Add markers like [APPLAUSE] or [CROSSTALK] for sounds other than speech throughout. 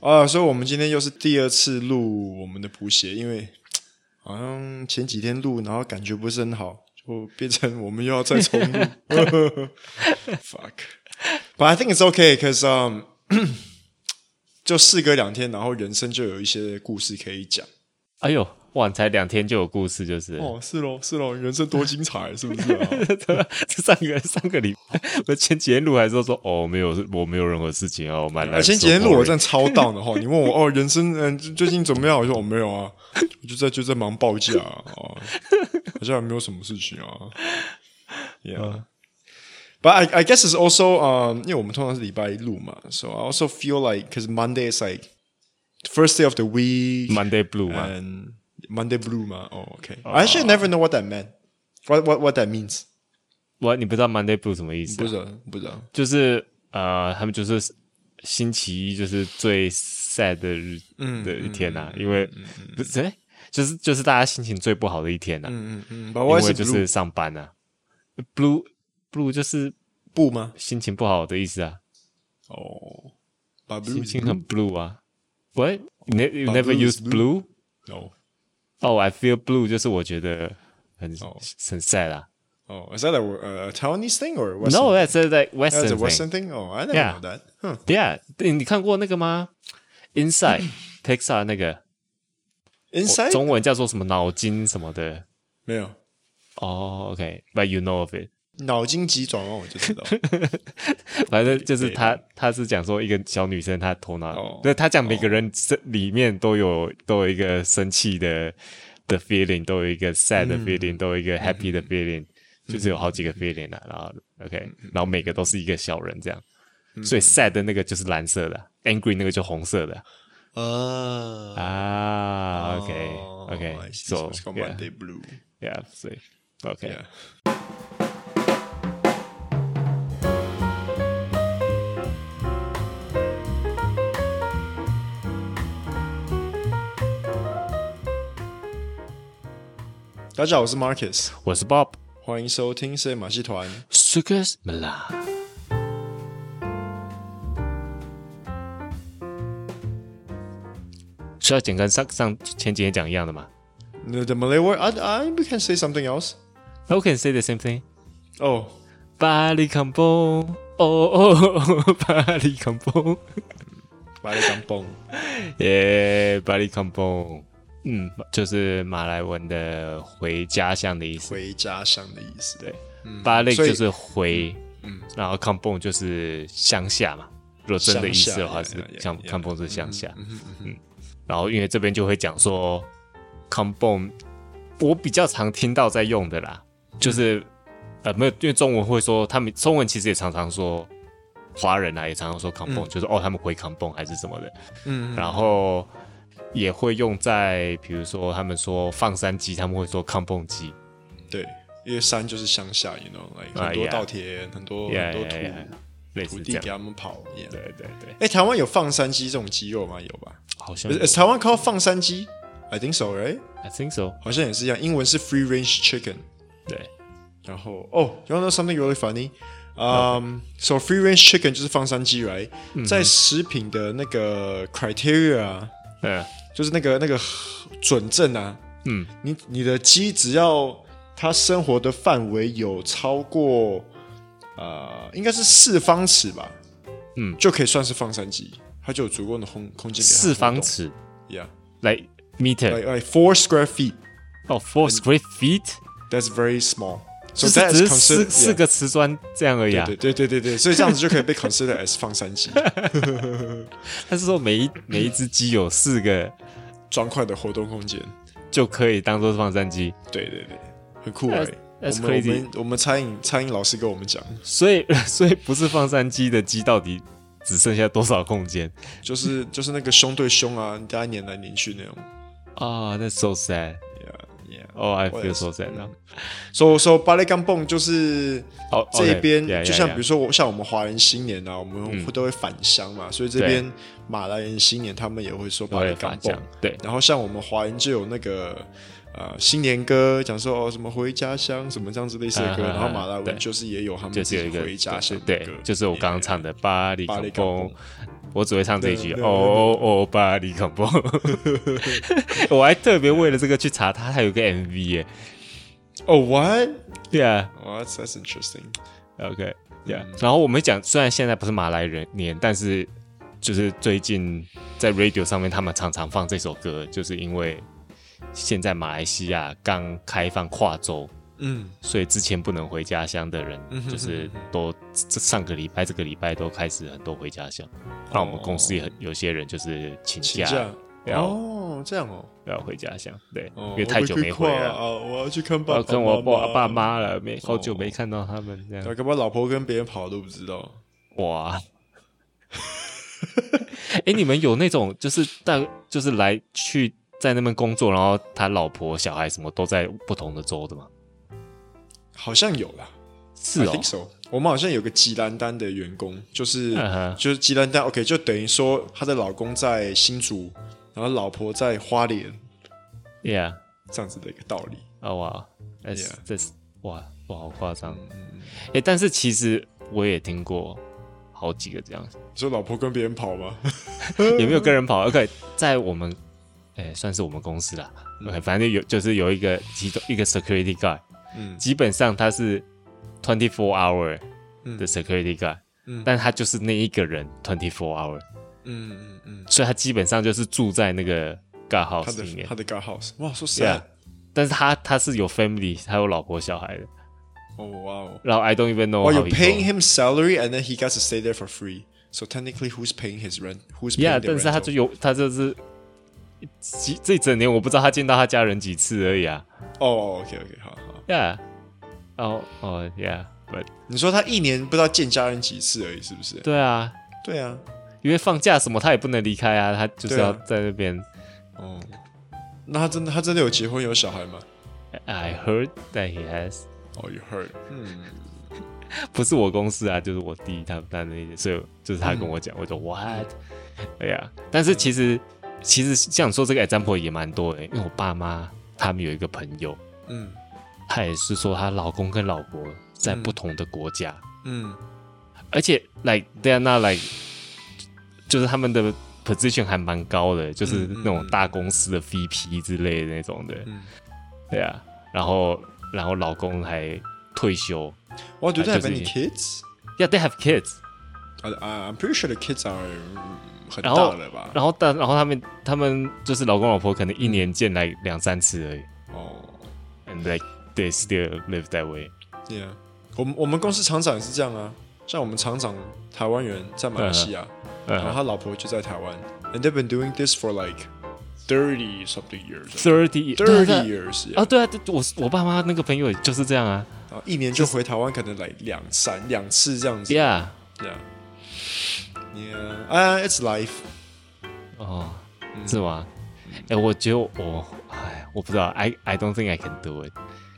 啊，所以我们今天又是第二次录我们的谱写，因为好像前几天录，然后感觉不是很好，就变成我们又要再重 [LAUGHS] 录。Fuck. But I think it's okay, cause um, [CLEARS THROAT] 就事隔两天，然后人生就有一些故事可以讲。哎呦，哇，你才两天就有故事，就是、 [LAUGHS] 哦，是喽，是喽，人生多精彩，是不是、啊？这上个上个礼拜， [LAUGHS] 我前几天录还说说哦，没有，我没有任何事情哦，我蛮啊，难。前几天录我真的超 down 的哈，你问我哦，人生嗯最最近怎么样？我说我、哦、没有啊，我就在就在忙报价啊，哦好像也没有什么事 [LAUGHS] 情啊。Yeah, but I I guess it's also um 因为我们通常是礼拜一录嘛，so I also feel like because Monday is like first day of the week Monday Blue 嘛， and Monday blue 嘛，哦、o k I actually never know what that meant, what what what that means，我你不知道 Monday Blue 什么意思不啊、知道不知道。就是呃，他们就是星期一就是最 sad 的日的一天嗯呐、啊，因为不是、诶就是就是大家心情最不好的一天呐、啊，嗯嗯嗯，But 因 what 为 is 就 blue 是上班呐、啊、，blue blue 就是布吗？心情不好的意思啊，哦、b u t 心 blue 情很 blue 啊。What? You ne- you But never 嗯 blue use is blue. blue? no。 Oh, I feel blue，就是我觉得很哦很 sad 啊。 Oh, is that a, uh, a Taiwanese thing or a Western? No, that's a, that's like Western a Western thing. thing. Oh, I never Yeah. Oh, know that. Huh. Yeah，对你看过那个吗？Inside [CLEARS THROAT] Pixar 那个 Inside 中文叫做什么脑筋什么的。没有哦、o k b u t you know of it。脑筋急转弯我就 [LAUGHS] 知道。反正就是他，他是讲说一个小女生，她头哦脑，那、他讲每个人生里面都有都有一个生气的的 feeling，都有一个 sad 嗯的 feeling，、都有一个 happy 的 feeling，、就是有好几个 feeling 啊。然后 OK，、然嗯后每个都是一个小人这样，所以 sad 的那个就是蓝色的，angry 那个就红色的啊啊。哦 OK OK，Ah. Oh, I see. Ah, so it's called yeah Monday Blue. yeah，所以 OK， Yeah. 大家好，我是 Marcus，我是 Bob。欢迎收听《深夜马戏团》。 Sugar's Mala。需要简跟上上前几天讲一样的吗 The the Malay word, I I we can say something else. ？No can say the same thing。 Oh, 巴黎康波，哦 [LAUGHS] 哦，巴黎康波，白当 [LAUGHS] 蹦。耶，巴黎康波。嗯，就是马来文的回家乡的意思。回家乡的意思。对，巴黎所以就是回，嗯，然后康蹦就是乡下嘛。如果真的意思的话，乡是下呀呀康呀康蹦是乡下，Mm-hmm, 嗯，然后因为这边就会讲说康蹦，我比较常听到在用的啦，就是呃没有，因为中文会说他们中文其实也常常说华人啊，也常常说康嗯蹦，就是哦他们回康蹦还是什么的，嗯，然后也会用在比如说他们说放山鸡，他们会说康蹦鸡，对，因为山就是乡下，you know，、like, 啊很多 Ah, yeah 稻田，很多 Yeah, 哦很多 yeah, yeah, 土类土似这地给样，他们跑。Yeah. 对对对。呃哎、台湾有放山鸡这种鸡肉吗？有吧好像有？Is is Taiwan called 放山鸡？I think so, right？ I think so。好像也是一样，英文是 free range chicken。对，然后哦、y o u wanna know something really funny？嗯、s o free range chicken 就是放山鸡，right？、在食品的那个 criteria 啊，嗯，就是那个那个准证啊，嗯，你你的鸡只要它生活的范围有超过呃，应该是四方尺吧，嗯，就可以算是放山鸡，它就有足够的空空间给它四方活动尺，yeah， ，like meter， like like four square feet, 哦，four square feet， that's very small. So 就 that 是 is 只是四 considered 四 yeah，个瓷砖这样而已啊。对对对对对，所以这样子就可以被 consider as 放山 [LAUGHS] 鸡，他是说每一每一只鸡有四个，砖块的活动空间。就可以当做放山鸡，对对对，很酷哎、 That's- 欸。我 that's 们我 crazy 们我们餐饮餐饮老师跟我们讲，所以 [LAUGHS] 所以不是放山鸡的鸡到底只剩下多少空间就是就是那个胸对胸啊，大家黏来黏去那种。啊？That's so sad. Yeah, yeah. Oh, I What feel else? so sad. now. So 嗯 so 芭蕾钢蹦就是哦这一边 OK，yeah，yeah，就像 yeah 比如说我像我们华人新年啊，我嗯们会都会返乡嘛，所以这边马来人新年他们也会说芭蕾对，钢反蹦向。对，然后像我们华人就有那个呃新年歌，讲说哦什么回家乡什么这样子类似的歌，啊啊啊然后马来文对就是也有他们就自是有己一个回家乡的对歌，，就是我刚刚唱的《巴黎芭康蕾钢风蹦》，我只会唱这一句对对对哦哦哦，巴黎恐怖。 [LAUGHS] 我还特别为了这个去查他，他有个 MV 耶。 Oh, what? y e a h Oh, that's that's interesting. o k 嗯 y e a h 然后我们讲，虽然现在不是马来人年，但是就是最近在 radio 上面，他们常常放这首歌，就是因为现在马来西亚刚开放跨州，嗯所以之前不能回家乡的人，就是都这上个礼拜、这个礼拜都开始很多回家乡。那我们公司也很有些人就是请请假，假不要哦，这样哦，不要回家乡，对，哦因为太久没回我被规划了，啊，我要去看我爸要爸跟我爸妈哦妈，爸妈了，没好久没看到他们这样对，搞不好老婆跟别人跑都不知道。哇。 [LAUGHS] 哎、你们有那种就是但就是来去在那边工作，然后他老婆、小孩什么都在不同的州的吗？好像有啦，是 I 哦 think，so 我们好像有个吉兰丹的员工，就是、嗯哼就是吉兰丹，OK，就等于说她的老公在新竹，然后老婆在花莲， ，Yeah，这样子的一个道理。啊哇，那是 Yeah 嗯这是哇哇好夸张，哎、但是其实我也听过好几个这样，你说老婆跟别人跑吗？ [LAUGHS] 也 [LAUGHS] 没有跟人嗯跑。OK，在我们哎、算是我们公司啦。OK，反正有就是有一个其中一个 security guard，嗯基本上他是 twenty four hour 的 security guard，、嗯但他就是那一个人 twenty four hour，嗯嗯嗯，所以他基本上就是住在那个 guard 他 house 里的面他。的 God House，哇，so Yeah， sad，但是他他是有 family，他有老婆小孩的。哦哇哦，然后 I don't even know well how you're he paying go him salary and then he gets to stay there for free. So technically, who's paying his rent? Who's paying Yeah， the 但是他就 rental? 有他就是几这一整年我不知道他见到他家人几次而已啊。哦，OK OK，好好。 Yeah，哦哦，Yeah，but 你说他一年不知道见家人几次而已，是不是？对啊，对啊，因为放假什么他也不能离开啊，他就是对啊要在那边。哦，那他真的他真的有结婚有小孩吗？ I heard that he has，哦、oh,，You heard？嗯，不是我公司啊，就是我弟他们那里，所以就是他跟我嗯讲，我就 What？哎呀，但是其实其实像说这个 example 也蛮多的，因为我爸妈他们有一个朋友，嗯她也是说她老公跟老婆在不同的国家，嗯而且 like they are not like，就是他们的 position 还蛮高的，就是那种大公司的 VP 之类的那种的，嗯对啊，然后然后老公还退休 Well, do they have 就是 any kids? ，Yeah they have kids， I, I'm pretty sure the kids are mm, 很然后大了吧？然后但然后他们他们就是老公老婆可能一年见嗯来两三次而已哦、 ，and like they still live that way， y e a h 我们我们公司厂长也是这样啊，像我们厂长台湾人在马来西亚然后他老婆就在台湾，and they've been doing this for like thirty something years, thirty thirty years，yeah、啊，对啊，对我我爸妈那个朋友就是这样啊然后一年就回台湾可能来两三两次这样子，Yeah， ，yeah yeah，啊、uh,，it's life，哦，是吗？哎、我觉得我，哎，我不知道，I I don't think I can do it。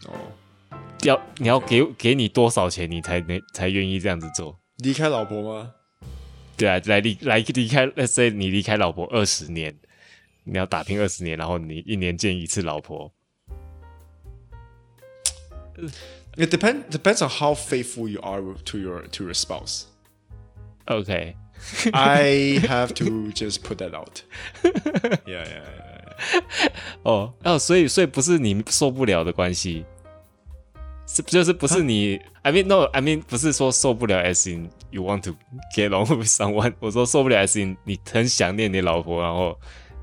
哦、Oh. 要你要给给你多少钱，你才能才愿意这样子做？离开老婆吗？对啊，来离来离开，let's say 你离开老婆二十年，你要打拼二十年，然后你一年见一次老婆。 It depend depends on how faithful you are with- to your to your [LAUGHS] spouse. OK， I have to just put that [LAUGHS] out. Yeah, yeah, yeah. yeah. 哦哦，所以所以不是你受不了的关系，是就是不是你？I mean no，I mean 不是说受不了，as in you want to get along [LAUGHS] with someone。我说受不了，as in 你很想念你老婆，然后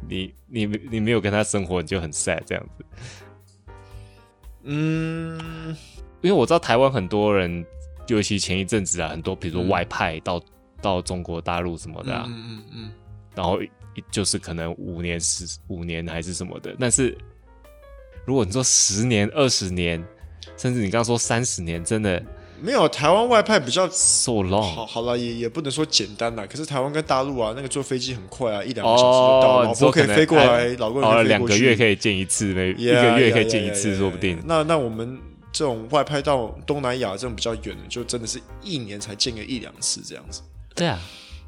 你你你没有跟她生活，你就很 sad 这样子。嗯，因为我知道台湾很多人，尤其前一阵子啊，很多比如说外派到、到中国大陆什么的、啊，嗯嗯嗯，然后一就是可能五年、十五年还是什么的。但是如果你说十年、二十年，甚至你刚刚说三十年，真的没有台湾外派比较 so 好， long 好了，也也不能说简单啦。可是台湾跟大陆啊，那个坐飞机很快啊，一两个小时就到哦了，，老你婆说可以能飞过还来，老公也哦可以飞两过个去月可以见一次，没一 Yeah, 个月 yeah, 可以见 yeah, 一 yeah, 次， yeah, 说不 yeah, 定 yeah.。那那我们这种外派到东南亚这种比较远的，就真的是一年才见个一两次这样子。对啊，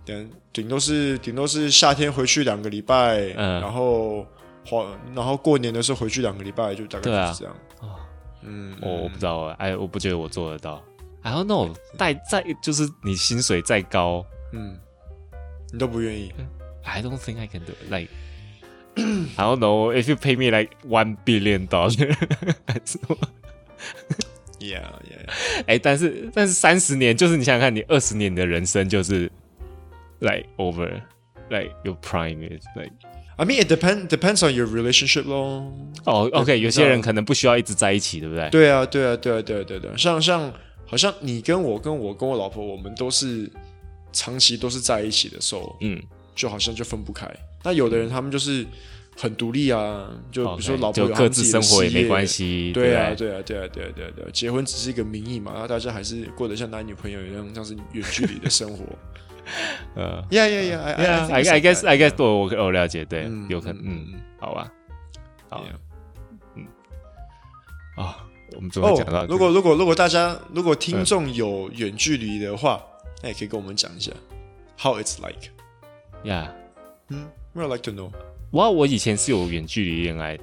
顶顶多是顶多是夏天回去两个礼拜，嗯然后黄然后过年的时候回去两个礼拜，就大概对啊就是这样。嗯，我我不知道啊，哎，我不觉得我做得到。I don't know，带再就是你薪水再高，嗯，你都不愿意 I don't think I can do it. Like, I don't know. If you pay me like one billion dollar， ，Yeah Yeah，哎、但是但是三十年，就是你想想看，你二十年的人生就是 like over，like your prime is，like I mean it depend depends on your relationship 咯。哦、o k 有些人可能不需要一直在一起，对不对？对啊，对啊，对啊，对啊，对啊，对啊像像好像你跟我跟我跟我老婆，我们都是长期都是在一起的时候，嗯，就好像就分不开。那有的人他们就是很独立啊，就比如说 OK，老婆哦有就他各们自自己生的活也事业没关。系，对不啊，对啊，对啊，对啊，对啊，对啊，结婚只是一个名义嘛，然后大家还是过得像男女朋友一样，像是远距离的生活。呃 Yeah, yeah, yeah. I, y e a 哎 I, h think I it's I like guess that. I guess 我我我了解，对，嗯有可能，嗯嗯，好吧，好 Yeah. 啊、我们怎么讲到哦，这个、嗯如果如果如果大家如果听众有远距离的话，那也可以跟我们讲一下 how it's like。呀，嗯，we like to know。哇，我以前是有远距离恋爱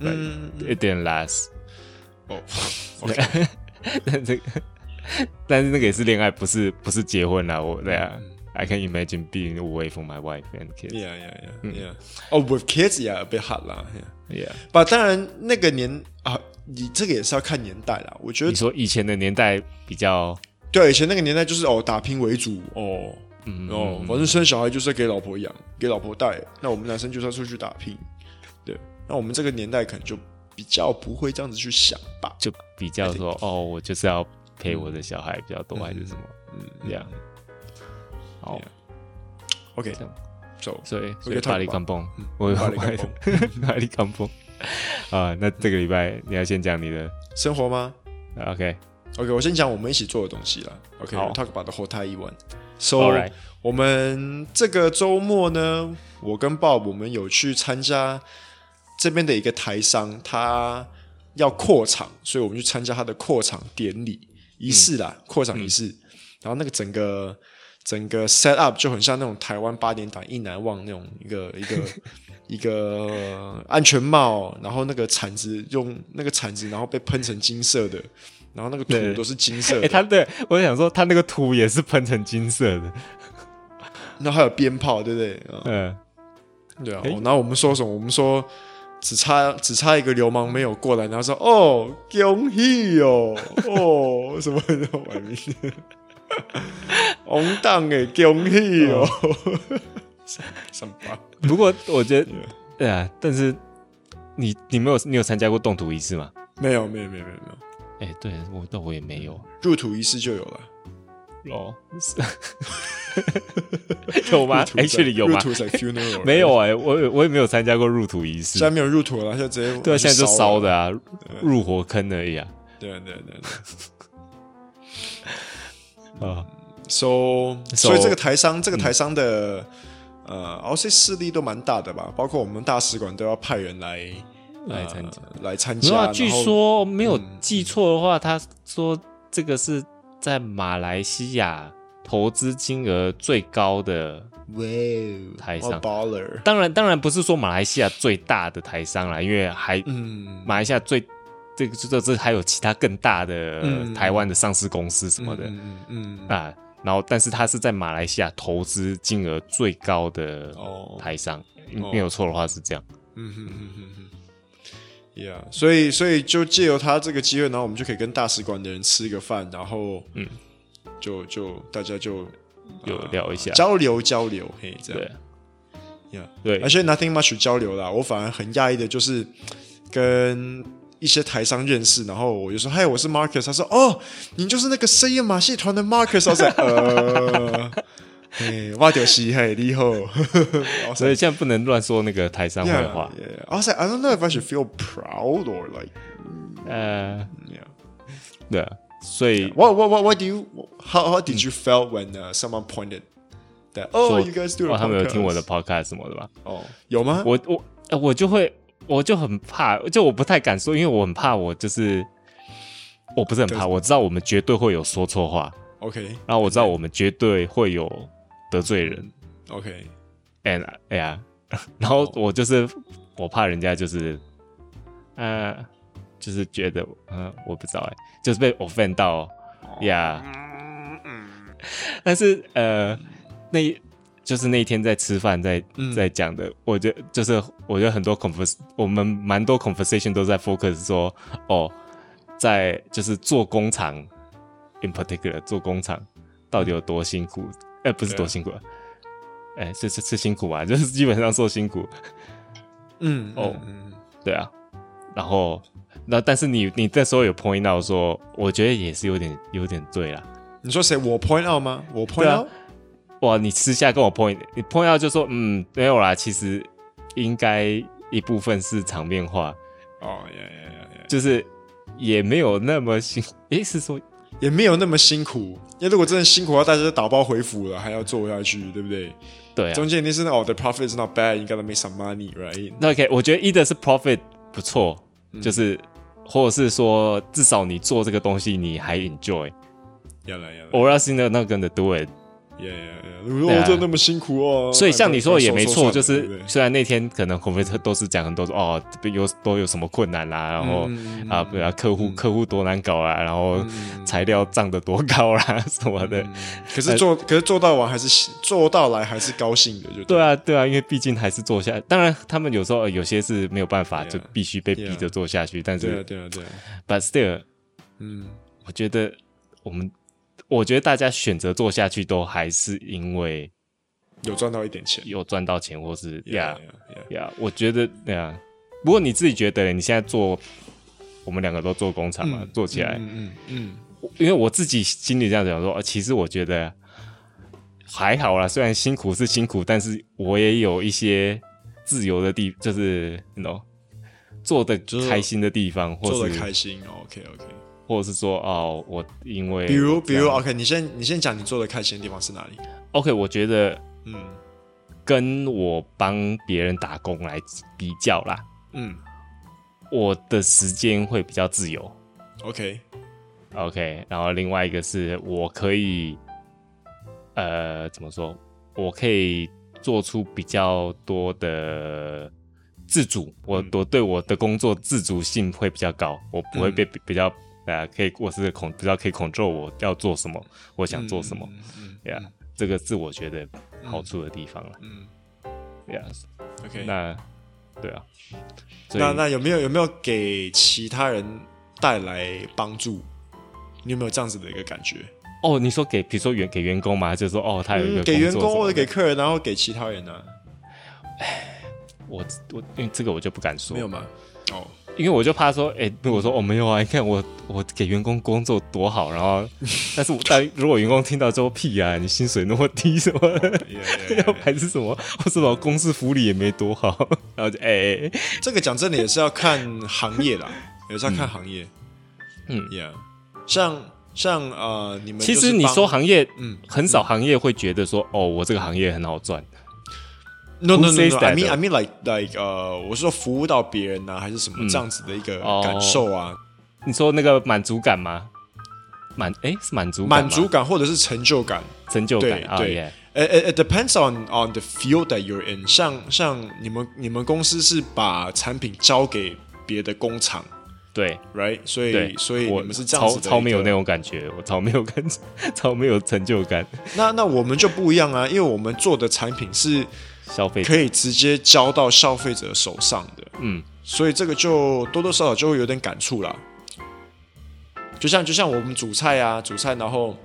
嗯， ，it didn't last， [LAUGHS] 哦但这个 [LAUGHS] 但是那个也是恋爱，不是不是结婚啦，我对啊、i can imagine being away from my wife and kids，yeah， ，yeah yeah yeah yeah。哦，with kids yeah a bit hard 啦。 yeah. 把当然那个年啊，你这个也是要看年代啦。我觉你得说以前的年代比较，对啊，以前那个年代就是哦打拼为主哦。哦，反正生小孩就是要给老婆养，给老婆带。那我们男生就是要出去打拼，对。那我们这个年代可能就比较不会这样子去想吧。就比较说哦，我就是要陪我的小孩比较多，还是什么？嗯，这样。好嗯 Yeah，OK，这样 so 所以所可以以巴 talk 黎 about- 康崩，我嗯巴黎康崩， [LAUGHS] 巴黎康崩啊。那这个礼拜你要先讲你的生活吗啊，OK， ？OK，我先讲我们一起做的东西啦。好 OK，talk、about the whole Thai one。So Alright 我们这个周末呢，我跟 Bob 我们有去参加这边的一个台商，他要扩厂，所以我们去参加他的扩厂典礼仪式啦，嗯扩厂仪式。然后那个整个整个 set up 就很像那种台湾八点档一难忘那种一个一个 [LAUGHS] 一个安全帽，然后那个铲子用那个铲子，然后被喷成金色的，然后那个对土都是金色 [LAUGHS] 哎、的，他的我想说，他那个图也是喷成金色的，然后还有鞭炮，对不对？嗯嗯，对啊，诶哦然后我们说什么？我们说只差只差一个流氓没有过来，然后说哦，恭喜哦，哦， [LAUGHS] 什么什么玩意？ [LAUGHS] 嗯红当诶，恭喜哦， [LAUGHS] 什么？不过我觉得，对啊，但是你你没有你有参加过动图仪式吗？没有没有没有没有没有，哎、对我那我也没有入土仪式就有了，哦，是 [LAUGHS] 有吗入土在啊？Actually 有吗入？土在 funeral 没有，哎、我也我也没有参加过入土仪现在式，没有入土了，现在直接对啊，现在就烧了，的啊，入火坑而已啊，对对对对。啊， So，, So- 嗯所以这个台商，这个台商的、呃，I'll say 势力都蛮大的吧，包括我们大使馆都要派人来来参加，呃来参没加。有啊，然据后嗯说没有记错的话，他说这个是在马来西亚投资金额最高的。哇哦，台商 b a l l e r 当然，当然不是说马来西亚最大的台商啦，因为还嗯，马来西亚最这个这这还有其他更大的、嗯台湾的上市公司什么的、嗯嗯嗯，啊。然后，但是他是在马来西亚投资金额最高的哦台商，没有错的话是这样。嗯哼哼哼哼，Yeah，所以所以就借由他这个机会，然后我们就可以跟大使馆的人吃个饭，然后嗯，就就大家就有聊一下，啊交流交流，嘿，这样对 Yeah。对而，且 nothing much 交流啦，我反而很讶异的就是跟一些台商认识，然后我就说：“嗨，我是 Marcus。”他说：“哦，你就是那个深夜马戏团的 Marcus。”我说：“呃，哎，我就是嘿，你好。所以现在不能乱说那个台商坏 Yeah, [LAUGHS] 话。 yeah. I was like, I don't know if I should feel proud or like, 呃， yeah. 对啊，所以 What, what, what, what do you? How, how did you felt when、uh, someone pointed that? Oh, 说 you guys do a 哇，哦他们有听我的 podcast. podcast 什么的吧？哦，有吗？我我呃我就会我就很怕，就我不太敢说，因为我很怕我就是我不是很怕，我知道我们绝对会有说错话， OK 然后我知道我们绝对会有得罪人 OK， ，and 哎呀， [LAUGHS] 然后我就是我怕人家就是呃就是觉得嗯、呃我不知道哎、就是被 offend [LAUGHS] 到呀、但是呃那。就是那一天在吃饭在嗯在讲的，我觉得就是我觉得很多 convers 我们蛮多 conversation 都在 focus 说哦，在就是做工厂，in particular 做工厂到底有多辛苦？哎、不是对啊多辛苦啊，哎、是是是辛苦吧，就是基本上说辛苦，嗯哦嗯嗯对啊，然后那但是你你那时候有 point out 说，我觉得也是有点有点对啦。你说谁？我 point out 吗？我 point 啊 out，哇，你私下跟我 point，你 point out 就说嗯没有啦，其实应该一部分是场面化，哦，呀呀呀呀， [LAUGHS] 就是也没有那么辛，诶是说也没有那么辛苦。因为如果真的辛苦的话，大家就打包回府了，还要做下去，对不对？对啊中，间一定是那哦，the profit is not bad，you gotta make some money，right？那 OK，我觉得一的是 profit 不错，就是、或者是说至少你做这个东西你还 enjoy，呀啦呀啦， or else you're not gonna do it。呀呀呀！如果对啊哦真的那么辛苦哦，所以像你说的也没错，对不就是对虽然那天可能我们都是讲很多说哦这边有都有什么困难啦，然后、嗯啊对啊客户、客户多难搞啊啦，然后材料涨得多高啦 [LAUGHS] 什么的，嗯可是呃做，可是做到完还是做到来还是高兴的，就对啊，啊对啊，因为毕竟还是做下，当然他们有时候、呃有些是没有办法 Yeah 就必须被逼着做下去，但啊对啊，是对啊，对啊， but still 嗯，我觉得我们我觉得大家选择做下去都还是因为有赚到一点钱，有赚到钱或是呀。呀呀呀我觉得对啊。不过你自己觉得嘞，你现在做，我们两个都做工厂嘛，嗯做起来，嗯嗯我因为我自己心里这样想说，呃其实我觉得还好啦，虽然辛苦是辛苦，但是我也有一些自由的地，就是你 you know 做的就是开心的地方，嗯，或做的是开心，OK OK。或者是说哦，我因为比如比这如样，OK，你先你先讲你做的开心的地方是哪里？ OK，我觉得嗯跟我帮别人打工来比较啦，嗯我的时间会比较自由， ，OK， OK，然后另外一个是我可以，呃，怎么说？我可以做出比较多的自主，我、嗯我对我的工作自主性会比较高，我不会被嗯比比较，呃，可以我是控比较可以 control 我要做什么，我想做什么，嗯？嗯呀、这个是我觉得好处的地方了，嗯呀、嗯，OK。那对啊，所以那那有没有有没有给其他人带来帮助？你有没有这样子的一个感觉？哦，你说给比如说员给员工嘛，就是说哦，他有一个嗯给员工作工什么或者的给客人，然后给其他人呢、啊我我因为这个我就不敢说没，有吗？哦，因为我就怕说，哎、如果说我、哦、没有啊，你 [LAUGHS] 看我我给员工工作多好，然后，但是我但如果员工听到之后，屁啊，你薪水那么低什 [LAUGHS] 么哦的， [LAUGHS] 要还是什么，或者什么公司福利也没多好， [LAUGHS] 然后就哎、哎哎这个讲真的也是要看行业啦，也是要看行业。嗯，Yeah，像像呃，你们其就是实你帮说行业，嗯很少行业会觉得说，哦，我这个行业很好赚， ，No who No No says No，I that mean though？ I mean like like 呃，我是说服务到别人呐、啊还是什么这样子的一个嗯哦感受啊，你说那个满足感吗？满哎、是满足感满吗足感或者是成就感。成就感对啊，对 yeah，呃呃呃 depends on on the field that you're in 像。像你们你们公司是把产品交给别的工厂对，right？所对以，所以我你们是这样超子的超没有一个那种感觉，我超没有感觉， [LAUGHS] 超没有成就感，那那我们就不一样啊，因为我们做的产品是消费可以直接交到消费者手上的，嗯，所以这个就多多少少就会有点感触啦。就像就像我们煮菜啊，煮菜，然后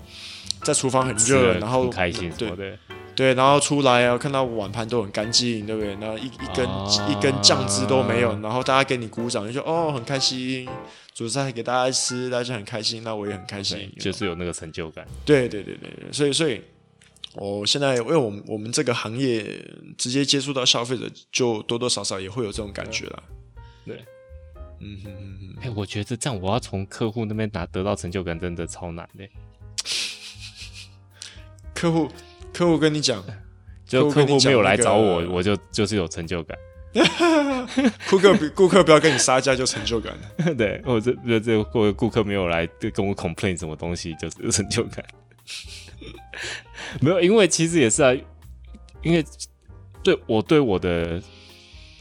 在厨房很吃热，了然后很开心什对么的。对，然后出来啊，看到碗盘都很干净，对不对？然后一一根、啊一根酱汁都没有，然后大家给你鼓掌，就说哦很开心，煮菜给大家吃，大家很开心，那我也很开心对，，就是有那个成就感。对对对对对，所以所以，我现在因为我们我们这个行业直接接触到消费者，就多多少少也会有这种感觉啦。对，嗯哼哼哼，哎、我觉得这样我要从客户那边拿得到成就感，真的超难的、欸客户客户跟你讲， [LAUGHS] 就客户客跟你户讲没有来那个找我，我就就是有成就感。 [LAUGHS] 顾客不顾客不要跟你杀价就成就感了。对，我这这这或者顾客没有来跟我 complain 什么东西，就是有成就感。 [LAUGHS] 没有，因为其实也是啊，因为对我对我的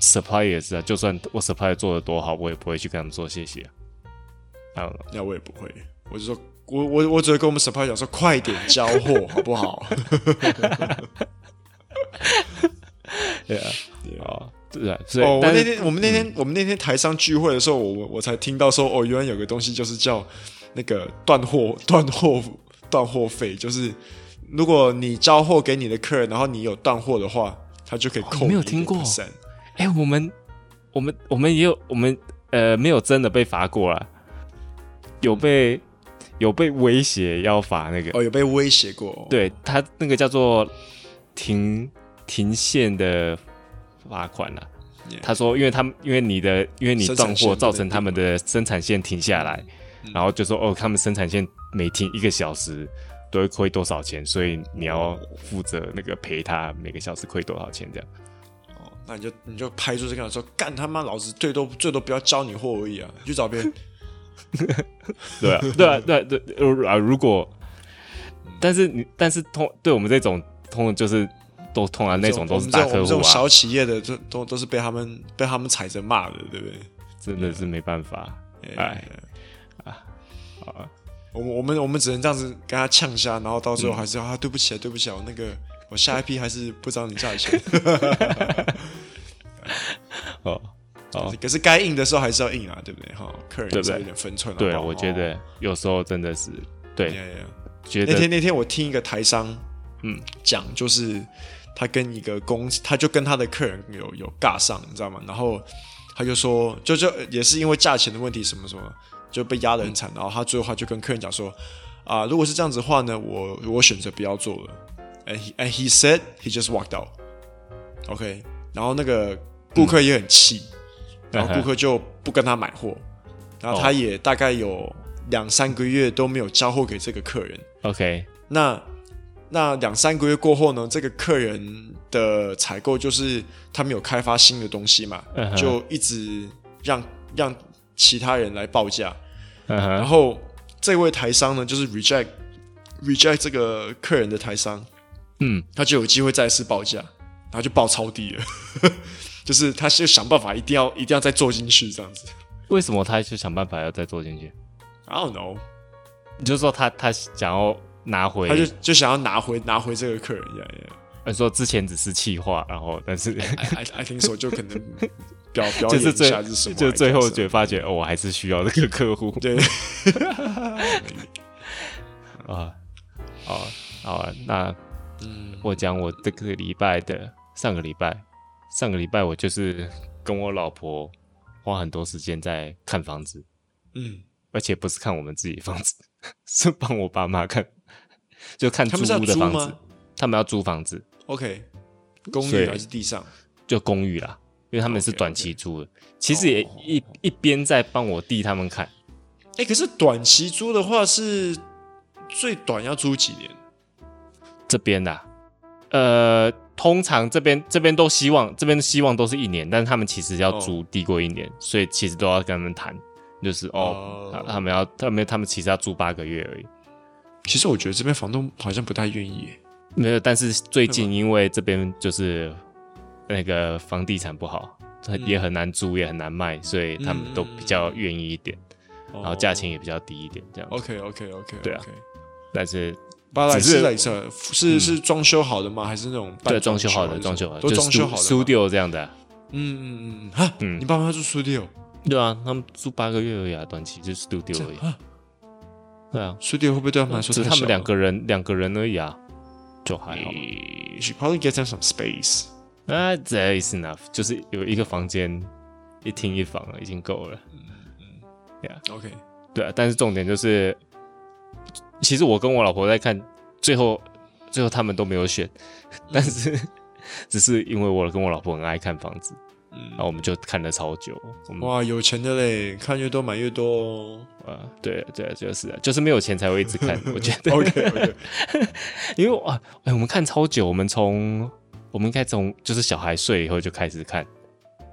supply 也是啊，就算我 supply 做的多好，我也不会去跟他们说谢谢啊。I don't know 那我也不会，我就说。我 [LAUGHS] 我我只会跟我们 supply 讲说，快点交货好不好？对啊，对啊啊，对啊，所以哦，我但那是嗯天我们那天、我们那天台上聚会的时候，我我我才听到说，哦，原来有个东西就是叫那个断货 [LAUGHS] 断货断货费，就是如果你交货给你的客人，然后你有断货的话，他就可以扣、哦你没有听过1%哎、我们我们我们也有我们呃没有真的被罚过啦，有被有被威胁要罚那个，哦，有被威胁过、哦，对他那个叫做停停线的罚款啦。 Yeah 他说，因为他们因为你的因为你生产断线货不造能成他停们的生产线停下来，嗯然后就说哦，他们生产线每停一个小时都会亏多少钱，所以你要负责那个赔他每个小时亏多少钱这样。哦，那你就你就拍桌子跟他说，干他妈，老子最多最多不要交你货而已啊，你去找别人。对 [LAUGHS] 啊，对啊，对啊对呃啊，如果，但是你，但是通对我们这种通常就是都通常那种都是大我们这客种我们这户种啊小，企业的，都都都是被他们被他们踩着骂的，对不对？真的是没办法，哎我们我们我们只能这样子跟他呛下，然后到最后还是、啊，对不起啊，对不起啊，我那个我下一批还是不找你价钱，哦 [LAUGHS] 哦，可是该硬的时候还是要硬啊，对不对？哈，客人对也不是对有点分寸啊对好啊，不好我觉得有时候真的是哎对，呀呀觉那得天那天我听一个台商，嗯，讲就是他跟一个公司，他就跟他的客人有有尬上，你知道吗？然后他就说，就就也是因为价钱的问题，什么什么就被压得很惨。然后他最后他就跟客人讲说，啊、如果是这样子的话呢，我我选择不要做了。And he and he said he just walked out. OK，然后那个顾客也很气，然后顾客就不跟他买货，然哦后他也大概有两三个月都没有交货给这个客人。 OK，那那两三个月过后呢，这个客人的采购就是他们有开发新的东西嘛，嗯哼就一直让让其他人来报价，嗯然哼，后这位台商呢，就是 reject reject 这个客人的台商，嗯，他就有机会再次报价，然后就报超低了， [LAUGHS] 就是他就想办法一定要一定要再做进去这样子。为什么他就想办法要再做进去？ I don't know，你就说他他想要拿回，他就就想要拿回拿回这个客人呀呀。呃说之前只是气话，然后但是 I I think so，就可能表表 [LAUGHS] 就演是一下是什最么，就 I 最后 guess 觉发觉哦，我还是需要这个客户， [LAUGHS] 对，啊，好啊，好啊，那嗯，我讲我这个礼拜的上个礼拜，上个礼拜我就是跟我老婆花很多时间在看房子，嗯，而且不是看我们自己房子， [LAUGHS] 是帮我爸妈看，就看他租们是要屋的租房吗子，他们要租房子， ，OK，公所寓以还是地上？就公寓啦，因为他们是 OK，OK 短期租的，其实也哦一一边在帮我弟他们看，哎，可是短期租的话是最短要租几年？这边的、呃，通常这边这边都希望这边希望都是一年，但是他们其实要哦租低过一年，所以其实都要跟他们谈，就是哦，哦他他们要他们他们其实要租八个月而已，其实我觉得这边房东好像不太愿意耶。没有。但是最近因为这边就是那个房地产不好，嗯也很难租，也很难卖，所以他们都比较愿意一点，嗯然后价钱也比较低一点这样。 OK OK OK，对啊但是巴莱只是嗯斯莱特是是装修好的吗？还是那种半对装修好还的是装修好的，都就哦是装修好的吗 studio 这样的啊、嗯嗯嗯嗯，哈，你爸妈住哦 studio 对啊，他们租八个月而已啊，短期就是 studio 而已。啊对啊， ，studio 会不会对他们来说只是太他们小两了嗯个人两个人而已啊，就还好。 ？You should probably get them some space。啊，there is enough，就是有一个房间，一厅一房了，已经够了。 OK，对啊，但是重点就是，其实我跟我老婆在看，最后最后他们都没有选，嗯 [LAUGHS] 但是只是因为我跟我老婆很爱看房子，然后我们就看了超久。我们嗯哇，有钱的嘞，看越多买越多 [LAUGHS] 哦。啊，对啊对啊，就是啊，就是没有钱才会一直看，我觉得。 OK OK，因为啊，哎、我们看超久，我们从我们应该从就是小孩睡以后就开始看，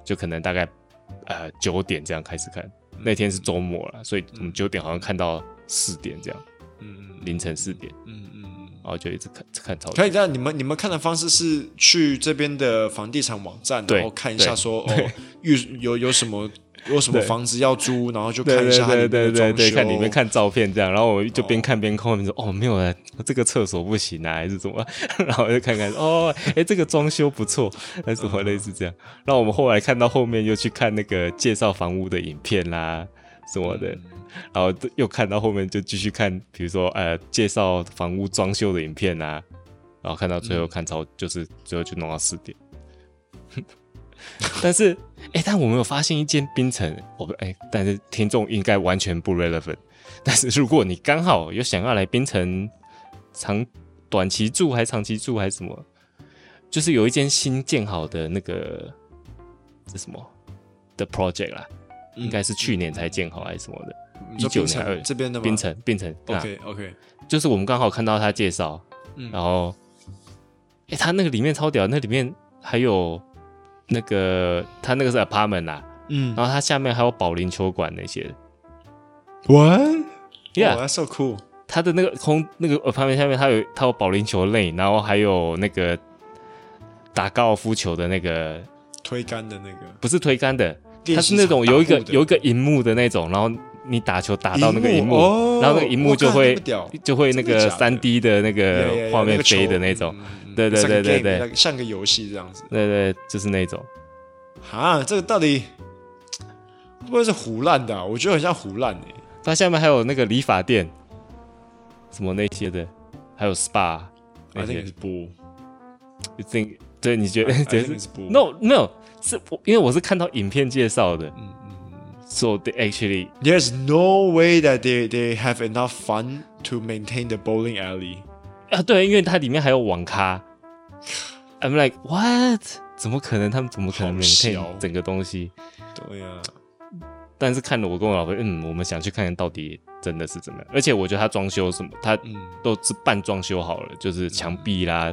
就可能大概呃九点这样开始看。那天是周末了，所以我们九点好像看到四点这样，嗯凌晨四点，嗯嗯嗯。然后就一直看看超久可。以，但你们你们看的方式是去这边的房地产网站，[LAUGHS] 对然后看一下说哦，预有有什么有什么房子要租，然后就看对一下它里对对面对的对装对，修，看里面看照片这样，然后我就边看边看，说哦没有啊，这个厕所不行啊，还是怎么？ [LAUGHS] 然后我就看看哦，哎这个装修不错，还是什么类似这样。然后我们后来看到后面又去看那个介绍房屋的影片啦什么的，嗯然后又看到后面就继续看，比如说呃介绍房屋装修的影片啦，然后看到最后看超就是最后就弄到四点。 [LAUGHS] 但是，哎、但我们有发现一间冰城，我们哎、但是听众应该完全不 relevant。但是如果你刚好有想要来冰城长短期住还长期住还是什么，就是有一间新建好的那个这什么的 project 啦，应该是去年才建好还是什么的，你说19槟城年二这边的吗？冰城冰城啊， ，OK OK，就是我们刚好看到他介绍，嗯然后，哎、他那个里面超屌，那里面还有那个他那个是 apartment 啦、嗯哦然后它下面还有保龄球馆那些的。 ，What？ Yeah，、哇，that's so cool。它的那个空那个 apartment 下面它有它有保龄球类，然后还有那个打高尔夫球的那个，推杆的那个，不是推杆的，它练是习那场种有一个打布的有一个荧幕的那种，然后你打球打到那个荧幕，哦然后那个荧幕就哇干这会么屌就会那真的个假的三 D 的那 Yeah, 个 yeah, yeah，画面个球飞的那种。，嗯对对像个对 game，对那个像个游戏这样子。对对，就是那种。啊，这个到底会不会是胡乱的啊？我觉得很像胡乱欸诶。它下面还有那个理发店，什么那些的，还有 SPA 那 I 些 think。it's bull. You think？对，你觉得 [LAUGHS] I think 觉得是 it's bull. ？No，没有，是我因为我是看到影片介绍的。嗯嗯。So they actually There's no way that they they have enough fun to maintain the bowling alley. 啊，对，因为它里面还有 [SIGHS] 网咖。I'm like what？怎么可能？他们怎么可能好 maintain 小整个东西？对呀、啊，但是看了我跟我老婆，嗯，我们想去看看到底真的是怎么样。而且我觉得它装修什么，它嗯，都是半装修好了，就是墙壁啦、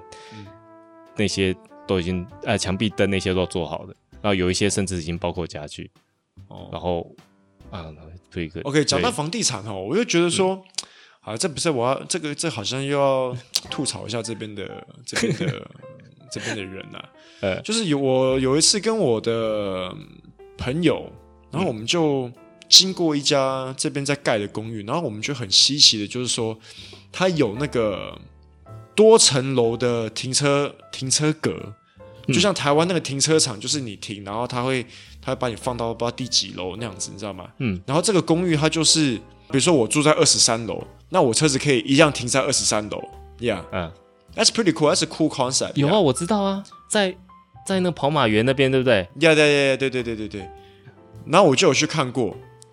那些都已经呃墙壁灯那些都做好的，然后有一些甚至已经包括家具，然哦后啊推一个，OK，讲到对嗯房地产哦，我就觉得说，啊，这不是我要这个这好像又要吐槽一下这边的这边的 [LAUGHS] 这边的人啊，呃就是有我有一次跟我的朋友，然后我们就经过一家这边在盖的公寓，然后我们就很稀奇的，就是说它有那个多层楼的停车停车格，就嗯像台湾那个停车场，就是你停，然后它会它会把你放到不知道第几楼那样子，你知道吗？嗯，然后这个公寓它就是，比如说我住在二十三楼，那我车子可以一样停在二十三楼，Yeah。嗯 That's pretty cool. That's a cool concept. 有 yeah. 啊，我知道啊，在在那跑马园那边对不对？呀呀呀呀，对对对对对。然后我就有去看过，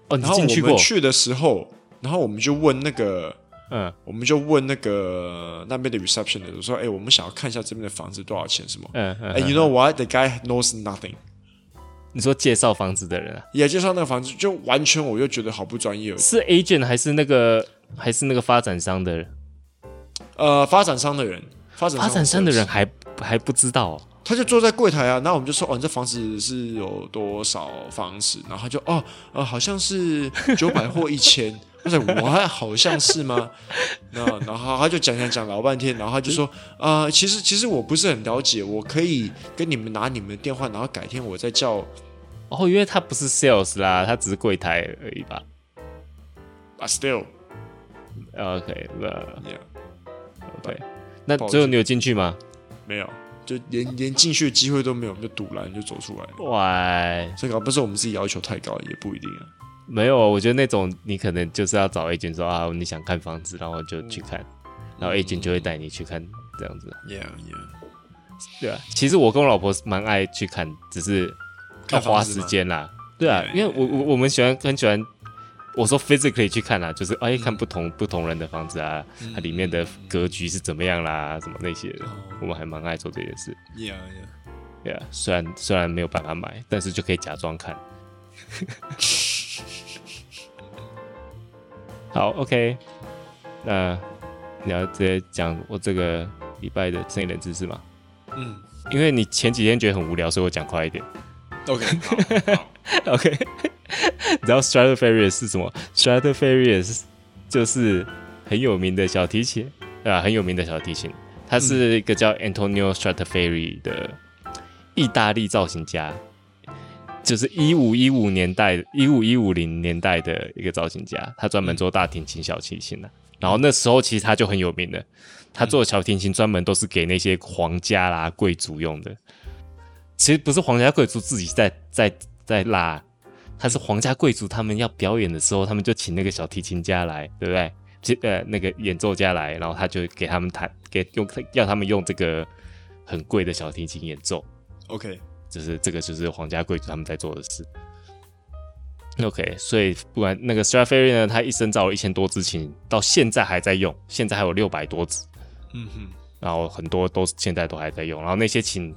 哦，你然后进我去过们？去的时候，然后我们就问那个，嗯我们就问那个那边的 reception 的，我说，哎、我们想要看一下这边的房子多少钱什么。嗯嗯哎、y o u know what? The guy knows nothing. 你说介绍房子的人啊，也介绍那个房子，就完全我就觉得好不专业哦。是 agent 还是那个还是那个发展商的人？呃，发展商的人，发展发展商的的人，还还不知道、哦。他就坐在柜台啊，那我们就说，哦，你这房子是有多少房子？然后他就，哦，呃，好像是 [LAUGHS] 九百或一千。我说，我还好像是吗？那然后他就讲讲讲老半天，然后他就说，啊，其实其实我不是很了解，我可以跟你们拿你们的电话，然后改天我再叫。哦，因为他不是 sales 啦，他只是柜台而已吧 But still， ？OK，那 yeah, OK，那抱最后歉你有进去吗？没有，就连连进去的机会都没有，我们就堵拦就走出来了。哇，所以搞不是我们自己要求太高，也不一定啊。没有，我觉得那种你可能就是要找 agent 说啊，你想看房子，然后就去看，然嗯后 agent 就会带你去看这样子， Yeah, yeah，对啊。其实我跟我老婆是蛮爱去看，只是要看花房子时吗间啦，对啊，因为我我我们喜欢很喜欢。我说 physically 去看啦、就是哎看不同不同人的房子啊，嗯它里面的格局是怎么样啦，什么那些的，哦我们还蛮爱做这件事。 ，Yeah, yeah。对啊，虽然虽然没有办法买，但是就可以假装看。 [LAUGHS] 好，OK，那你要直接讲我这个礼拜的生意人知识吗？嗯因为你前几天觉得很无聊，所以我讲快一点。 ，OK，好，好 [LAUGHS] OK，你知道 Stradivarius 是什么？Stradivarius 就是很有名的小提琴，啊，很有名的小提琴。他是一个叫 Antonio Stradivari 的意大利造型家，就是一五一五年代、一五一五零年代的一个造型家，他专门做大提琴、小提琴的、然后那时候其实他就很有名的，他做的小提琴专门都是给那些皇家啦、贵族用的。其实不是皇家贵族自己在在在拉，他是皇家贵族他们要表演的时候，他们就请那个小提琴家来，对不对？其呃那个演奏家来，然后他就给他们弹，给用要他们用这个很贵的小提琴演奏。 OK，就是这个就是皇家贵族他们在做的事。OK，所以不管那个 Stradivari 呢，他一生造了一千多支琴，到现在还在用，现在还有六百多支， [LAUGHS] 嗯哼，然后很多都现在都还在用，然后那些琴，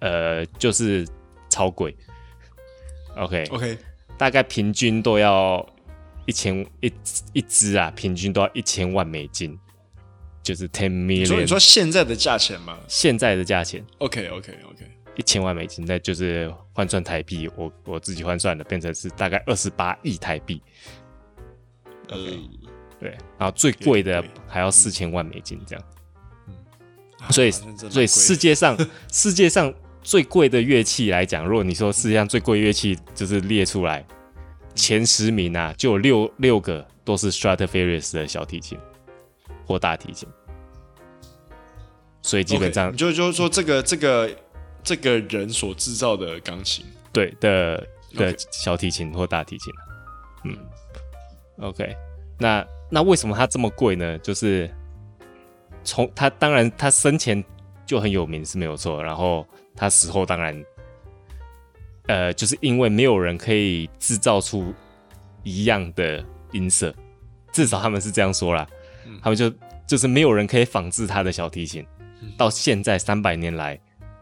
呃，就是超贵。OK， ，OK，大概平均都要一千一一支啊，平均都要一千万美金，就是 ten 所以你 million，说现在的价钱嘛现在的价钱。 ？OK，OK，OK，、一千万美金，那就是换算台币，我我自己换算的，变成是大概二十八亿台币。呃，对，然后最贵有的点贵还要四千万美金这样。啊所以反正真的所以蛮贵的世界上世界上最贵的乐器来讲，如果你说世界上最贵乐器就是列出来前十名啊，就有六六个都是 Stradivarius 的小提琴或大提琴。所以基本 OK，上你就就是说这个这个这个人所制造的钢琴，对的的 OK 小提琴或大提琴啊嗯，OK，那那为什么它这么贵呢？就是从他当然他生前就很有名是没有错，然后他死后当然，呃，就是因为没有人可以制造出一样的音色，至少他们是这样说啦，他们就就是没有人可以仿制他的小提琴，到现在三百年来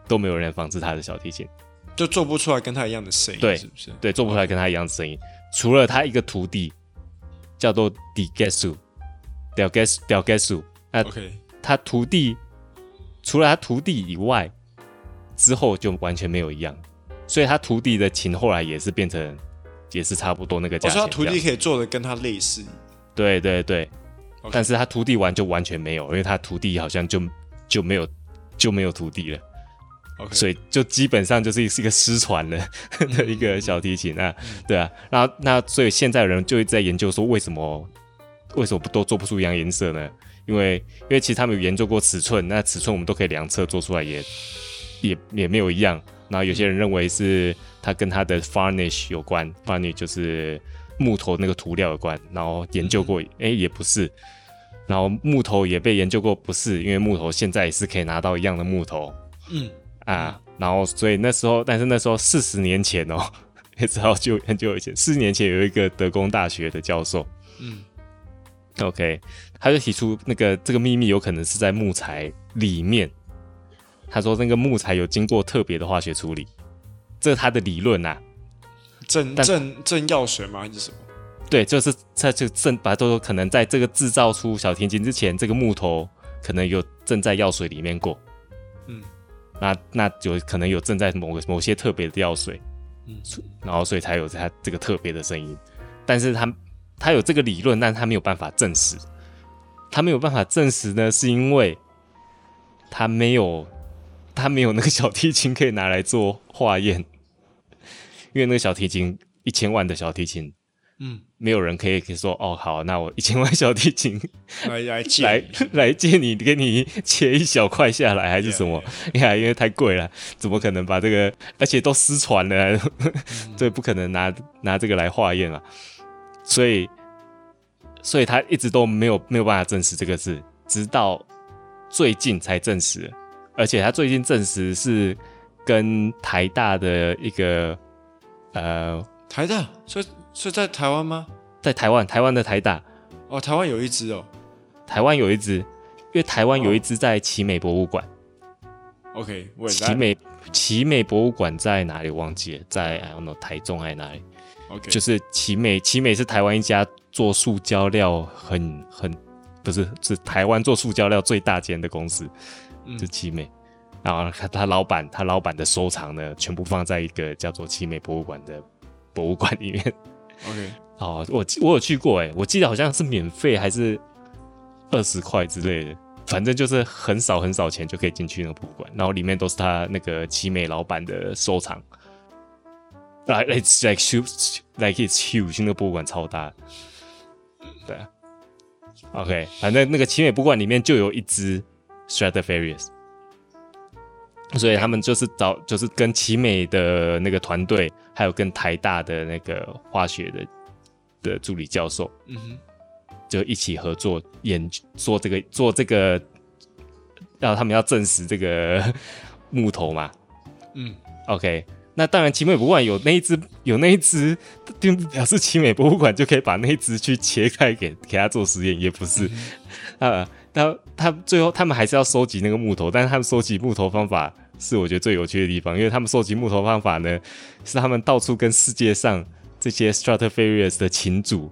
都没有人仿制他的小提琴。就做不出来跟他一样的声音，对是不是？对，做不出来跟他一样的声音。除了他一个徒弟叫做 d i g e s u d e l g e s d e l g e s u 那 OK，他徒弟除了他徒弟以外，之后就完全没有一样。所以他徒弟的琴后来也是变成，也是差不多那个我价钱说他这样。徒弟哦可以做的跟他类似，对对对 OK 但是他徒弟玩就完全没有，因为他徒弟好像就就没有就没有徒弟了。 OK 所以就基本上就是是一个失传的 [LAUGHS] 的一个小提琴啊，对啊，然后那所以现在人就一直在研究说为什么为什么不都做不出一样颜色呢？因为因为其实他们有研究过尺寸，那尺寸我们都可以量测做出来也也也没有一样。然后有些人认为是它跟它的 varnish 有关，varnish 就是木头那个涂料有关。然后研究过，哎、也不是。然后木头也被研究过，不是，因为木头现在也是可以拿到一样的木头嗯，啊。然后所以那时候，但是那时候四十年前哦， [LAUGHS] 也知道就很久以前，四十年前有一个德工大学的教授，嗯，OK，他就提出那个这个秘密有可能是在木材里面。他说那个木材有经过特别的化学处理，这是他的理论啊。正但正正药水吗？还是什么？对，就是他就正把它都可能在这个制造出小提琴之前，这个木头可能有正在药水里面过，嗯，那那有可能有正在某个某些特别的药水，嗯，然后所以才有它这个特别的声音。但是他他有这个理论，但他没有办法证实。他没有办法证实呢，是因为他没有他没有那个小提琴可以拿来做化验，因为那个小提琴一千万的小提琴，嗯， [LAUGHS] 没有人可以说哦好，那我一千万小提琴来来借来 [LAUGHS] 你来借你，给你切一小块下来还是什么？ [LAUGHS] 你看，因为太贵了，怎么可能把这个？而且都失传了， [LAUGHS] 对，不可能拿拿这个来化验啊。所以，所以他一直都没有没有办法证实这个事，直到最近才证实了。而且他最近证实是跟台大的一个呃，台大，所以所以在台湾吗？在台湾台湾的台大，哦，台湾有一只哦台湾有一只，因为台湾有一只在奇美博物馆。 ，OK，喂，奇来美奇美博物馆在哪里？忘记了，在 I don't know 台中还是哪里？ ，OK，就是奇美，奇美是台湾一家做塑胶料很很不是是台湾做塑胶料最大间的公司，嗯是奇美。然后他他老板他老板的收藏呢，全部放在一个叫做奇美博物馆的博物馆里面。 OK，哦，我记我有去过哎，我记得好像是免费还是二十块之类的，反正就是很少很少钱就可以进去那个博物馆，然后里面都是他那个奇美老板的收藏， like it's like huge, like it's huge，那个博物馆超大的。对啊，OK，反正那个奇美博物馆里面就有一只 Stradivarius，所以他们就是找，就是跟奇美的那个团队，还有跟台大的那个化学的的助理教授，嗯哼，就一起合作研做这个做这个，然后他们要证实这个 [LAUGHS] 木头嘛。嗯 OK，那当然奇美博物馆有那一只有那一只，就表示奇美博物馆就可以把那一只去切开给给他做实验，也不是。 [LAUGHS] 呃，那他最后他们还是要收集那个木头，但是他们收集木头方法是我觉得最有趣的地方，因为他们收集木头方法呢，是他们到处跟世界上这些 Stradivarius 的琴主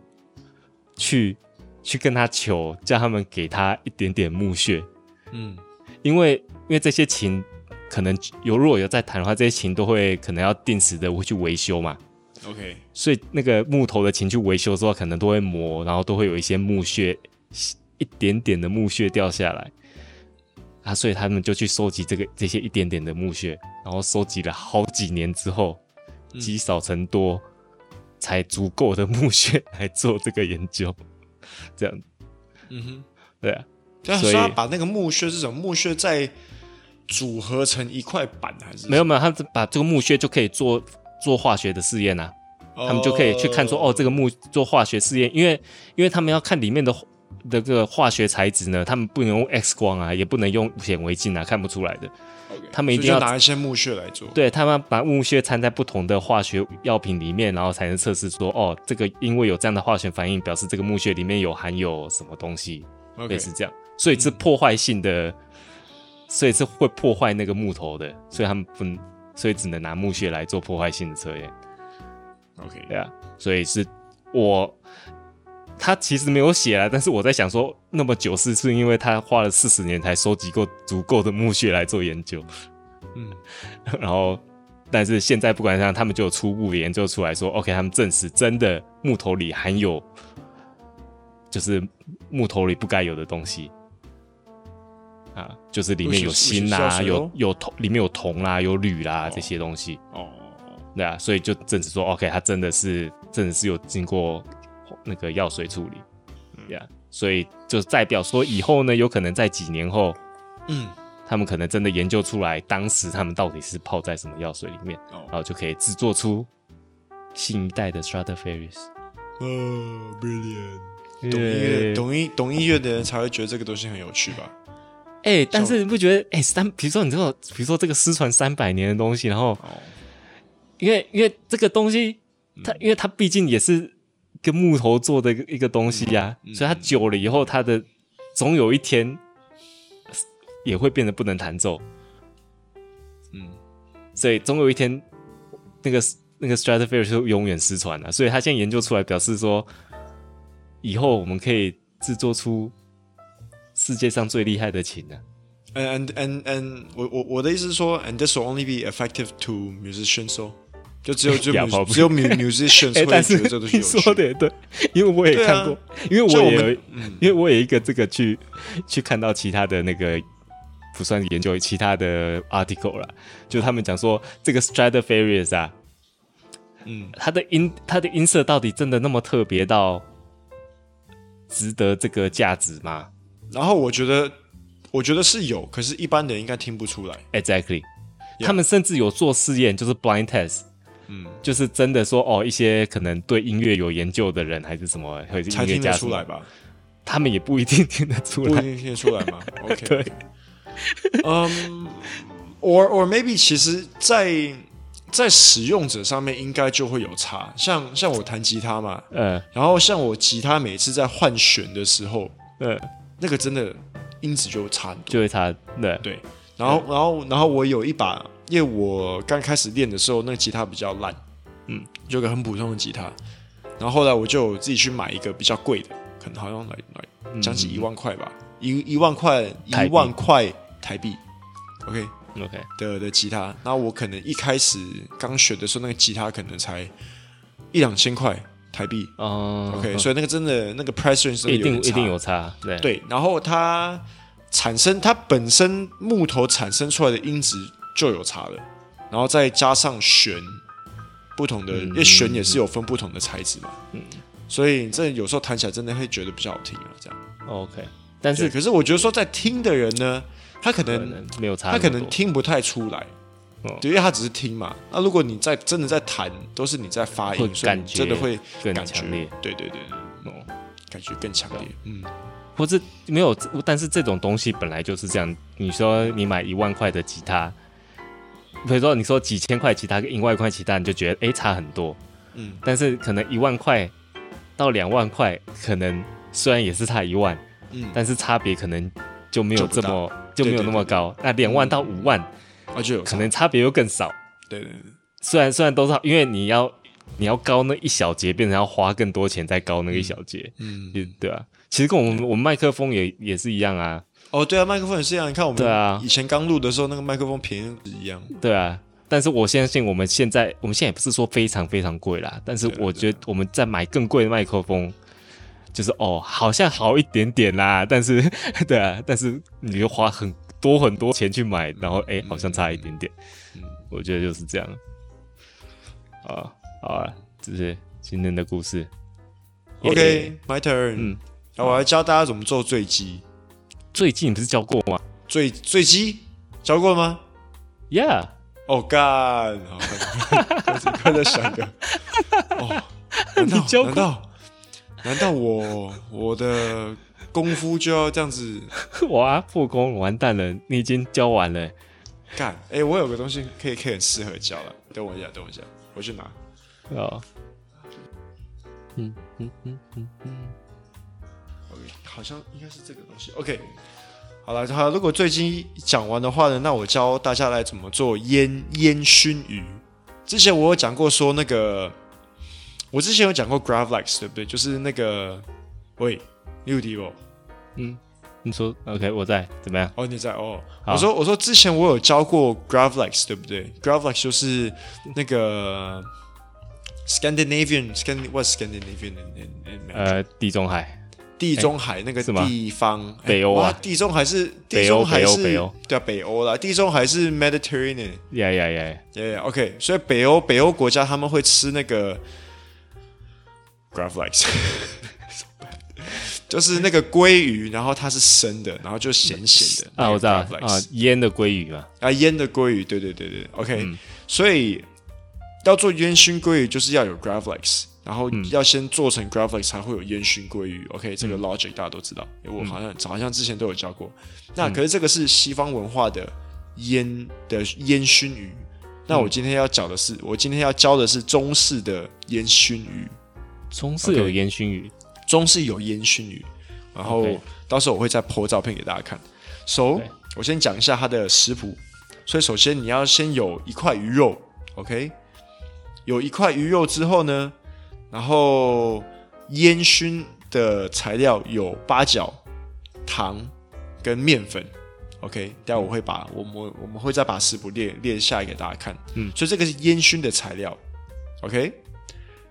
去去跟他求，叫他们给他一点点木屑，嗯因为因为这些琴可能有如果有在弹的话，这些琴都会可能要定时的会去维修嘛， ，OK，所以那个木头的琴去维修之后，可能都会磨，然后都会有一些木屑，一点点的木屑掉下来。啊，所以他们就去收集这个这些一点点的木屑，然后收集了好几年之后，积少成多，才足够的木屑来做这个研究。 [LAUGHS] 这样，嗯哼，对啊，但所是以他把那个木屑是什么木屑再组合成一块板还是没有没有，他们把这个木屑就可以做做化学的试验啊。哦他们就可以去看说，哦，这个木做化学试验，因为因为他们要看里面的那个化学材质呢，他们不能用 X 光啊，也不能用显微镜啊，看不出来的。 OK，他们一定所以就要拿一些木屑来做，对他们把木屑掺在不同的化学药品里面，然后才能测试说，哦，这个因为有这样的化学反应，表示这个木屑里面有含有什么东西， ，OK，类似这样，所以是破坏性的，所以是会破坏那个木头的，所以他们不，能，所以只能拿木屑来做破坏性的测验。对 OK，啊，所以是我他其实没有写啊，但是我在想说，那么久是是因为他花了四十年才收集够足够的墓穴来做研究，嗯 [LAUGHS] 然后但是现在不管怎样，他们就有初步的研究出来说，OK，他们证实真的木头里含有就是木头里不该有的东西。啊，就是里面有不是不是锌啦、消失有咯有铜，里面有铜啦、有铝啦、这些东西。哦，对啊，所以就证实说，OK，它真的是真的是有经过那个药水处理，对啊，所以就代表说以后呢，有可能在几年后，嗯他们可能真的研究出来当时他们到底是泡在什么药水里面，然哦，后就可以制作出新一代的 Stradivarius。呃，brilliant，懂音乐懂音懂音乐的人才会觉得这个东西很有趣吧？哎、但是你不觉得哎、三，比如说你这种，比如说这个失传三百年的东西，然后哦，因为因为这个东西，它因为它毕竟也是跟木头做的一个一个东西呀、所以它久了以后，它的总有一天也会变得不能弹奏，嗯所以总有一天那个那个 Stradivarius 就永远失传了、所以他现在研究出来，表示说以后我们可以制作出世界上最厉害的琴啊。 ，and and and and 我我我的意思是说，and this will only be effective to musicians so。就只有只有 [LAUGHS] 哑 mu- 炮不只有 mu- musicians [LAUGHS] 哎、会但觉是得这东西你有说趣。的也对，因为我也对啊看过，因为就我我也有们嗯因为我有一个这个去去看到其他的那个不算研究，其他的 article 啦，就他们讲说这个 Stradivarius 啊，嗯，它的音它的音色到底真的那么特别到值得这个价值吗然后我觉得，我觉得是有，可是一般人应该听不出来。 ？Exactly，、 Yeah 他们甚至有做试验，就是 blind test。嗯，就是真的说哦，一些可能对音乐有研究的人，还是什么，或者是才音乐听家得什出么来吧？他们也不一定听得出不一来。定听得出来吗？OK，对，嗯、o r or maybe 其实在，在使用者上面应该就会有差。像像我弹吉他嘛，呃然后像我吉他每次在换弦的时候，呃，那个真的音质就差很多。就会差对对，然后然后然后我有一把，因为我刚开始练的时候，那个吉他比较烂，嗯，就有个很普通的吉他。然后后来我就有自己去买一个比较贵的，可能好像来来将近一万块吧，一一万块嗯台一币万块台币，OK ，OK，的的吉他。那我可能一开始刚学的时候，那个吉他可能才一两千块台币哦，OK，、所以那个真的那个 price range 真的一有定点一定差有差，对对，然后它产生它本身木头产生出来的音质就有差了，然后再加上弦不同嗯的，因为弦也是有分不同的材质嘛，嗯，所以这有时候弹起来真的会觉得比较好听啊，这样。 OK，但对，是可是我觉得说在听的人呢，他可可能能没有他差那么多，可能听不太出来哦，对，因为他只是听嘛。那如果你在真的在弹，都是你在发会音，所以感你觉真的会更感强觉烈，对对对，对哦，感觉更强烈。嗯，或是没有，但是这种东西本来就是这样。你说你买一万块的吉他，比如说你说几千块吉他跟一万块吉他，你就觉得诶差很多，嗯，但是可能一万块到两万块，可能虽然也是差一万，嗯但是差别可能就没有就不这大么就没有那么高。那两万到五万，啊就有可能差别又更少。对对对虽然虽然都是好，因为你要你要高那一小节，变成要花更多钱再高那个一小节，嗯，嗯、对啊。其实跟我们我们麦克风也也是一样啊，哦对啊，麦克风也是一样，你看我对啊们以前刚录的时候，那个麦克风便宜一样，对啊。但是我相信我们现在我们现在也不是说非常非常贵啦，但是对啊我觉得我们在买更贵的麦克风，就是哦好像好一点点啦，但是 [LAUGHS] 对啊，但是你就花很多很多钱去买，然后嗯哎好像差一点点，我觉得就是这样。啊，好啊，这是今天的故事。耶 OK，my turn。嗯然后我来教大家怎么做坠机。最近你不是教过吗坠坠机教过吗？ ？Yeah， [LAUGHS] 哦干，好，快点快点想一个。 [LAUGHS] 哦，难道你教过难道难道我我的功夫就要这样子哇，破功完蛋了，你已经教完了。干？哎、我有个东西可以可以很适合教了。等我一下，等我一下，我去拿。哦，嗯嗯嗯嗯， OK，好像应该是这个东西。OK，好了好了，如果最近讲完的话呢，那我教大家来怎么做烟烟熏鱼。之前我有讲过说那个，我之前有讲过 Gravlex 对不对？就是那个，喂，你有敌不？你说 OK，我在怎么样？哦，你在哦。好我说我说之前我有教过 Gravlex 对不对？Gravlex 就是那个 Scandinavian Scan what Scandinavian in, in, in 呃，地中海，地中海那个是吗地方，哎北欧啊哇地中海是北地欧中海是北欧北欧对啊，北欧啦，地中海是 Mediterranean，呀呀呀，耶、yeah,，OK，所以北欧北欧国家他们会吃那个 Gravlax，就是那个鲑鱼，然后它是生的，然后就咸咸的啊，我知道那啊个，Gravlax 腌的鲑鱼嘛，啊，腌的鲑鱼，对对对对，OK，、所以要做烟熏鲑鱼，就是要有 Gravlex，然后要先做成 Gravlex 才会有烟熏鲑鱼，OK，这个 logic 大家都知道，因为我好像好像之前都有教过。那可是这个是西方文化的烟的烟熏鱼，那我今天要讲的是，我今天要教的是中式的烟熏鱼，中式有烟熏鱼，中式有烟熏鱼，然后 OK 到时候我会再 po 照片给大家看。So，对我先讲一下它的食谱。所以首先你要先有一块鱼肉，OK？有一块鱼肉之后呢，然后烟熏的材料有八角、糖跟面粉，OK？待会我会把我们我们会再把食谱列列下来给大家看。嗯，所以这个是烟熏的材料，OK？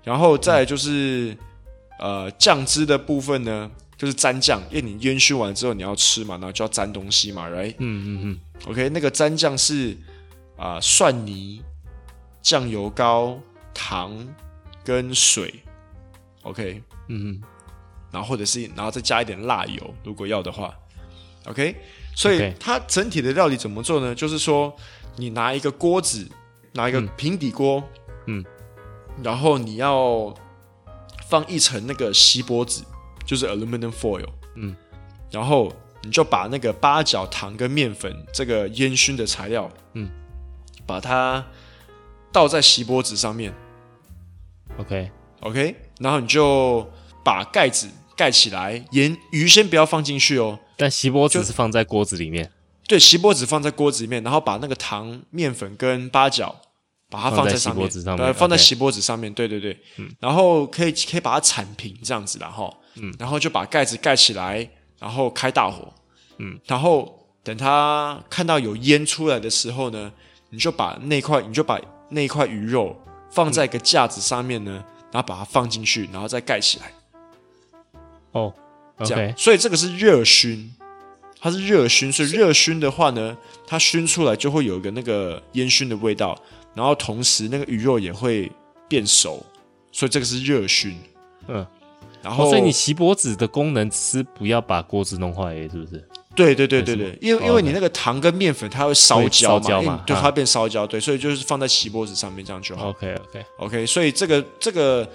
然后再来就是、呃酱汁的部分呢，就是沾酱，因为你烟熏完之后你要吃嘛，然后就要沾东西嘛，right？嗯嗯嗯， OK，那个蘸酱是啊、蒜泥、酱油膏、糖跟水。OK，嗯嗯，然后或者是然后再加一点辣油，如果要的话。OK，所以 OK 它整体的料理怎么做呢？就是说，你拿一个锅子，拿一个平底锅，嗯，然后你要放一层那个锡箔纸，就是 aluminum foil，嗯，然后你就把那个八角、糖跟面粉这个烟熏的材料，嗯，把它倒在锡箔纸上面， OK， OK，然后你就把盖子盖起来，盐鱼先不要放进去哦。但锡箔纸是放在锅子里面，对，锡箔纸放在锅子里面，然后把那个糖、面粉跟八角，把它放在在上面，锡箔纸上面对，放在 OK 嗯锡箔纸上面。对对对，然后可以可以把它铲平这样子啦，然后，然后就把盖子盖起来，然后开大火，嗯，然后等它看到有烟出来的时候呢，你就把那块你就把那块鱼肉放嗯在一个架子上面呢，然后把它放进去，然后再盖起来。哦这样，OK，所以这个是热熏，它是热熏，所以热熏的话呢，它熏出来就会有一个那个烟熏的味道，然后同时那个鱼肉也会变熟，所以这个是热熏。嗯，然哦，后，所以你锡箔纸的功能只是不要把锅子弄坏而已，是不是？对对对对对，因为因哦为你那个糖跟面粉它会烧会焦烧嘛，焦因为嘛你对，啊它会变烧焦，对，所以就是放在锡箔纸上面这样就好。 OK OK， OK，所以这个这个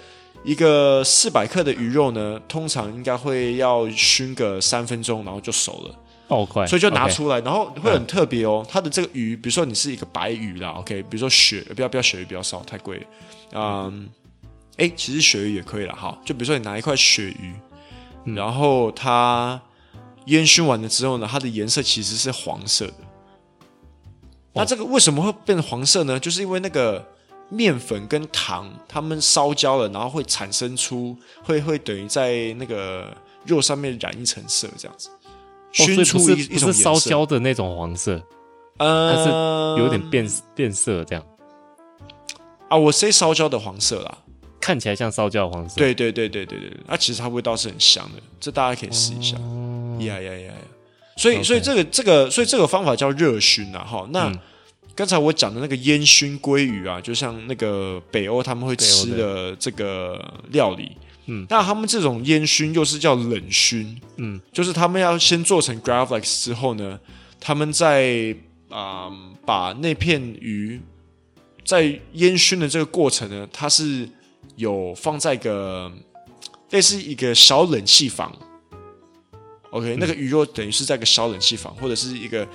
一个四百克的鱼肉呢，通常应该会要熏个三分钟，然后就熟了。哦快，所以就拿 OK，嗯出来，然后会很特别哦。它的这个鱼，比如说你是一个白鱼啦，OK，比如说鳕，不要不要鳕鱼，不要烧太贵了。嗯，哎，其实鳕鱼也可以啦，哈。就比如说你拿一块鳕鱼，嗯然后它烟熏完了之后呢，它的颜色其实是黄色的。哦那这个为什么会变成黄色呢？就是因为那个面粉跟糖它们烧焦了，然后会产生出会会等于在那个肉上面染一层色这样子。哦所以熏不出是一一种不是颜烧色焦的那种黄色，它是呃，有点变变色这样，啊，我 say 烧焦的黄色啦，看起来像烧焦的黄色。对对对对对对，啊，其实它味道是很香的，这大家可以试一下，哦呀呀呀呀，所以所以这个这个所以这个方法叫热熏啊，哈，那。刚才我讲的那个烟熏鲑鱼啊，就像那个北欧他们会吃的这个料理，嗯，那他们这种烟熏又是叫冷熏，嗯，就是他们要先做成 gravlax 之后呢，他们再啊、把那片鱼在烟熏的这个过程呢，它是有放在一个类似一个小冷气房。OK，、那个嗯鱼肉等于是在一个小冷气房，或者是一个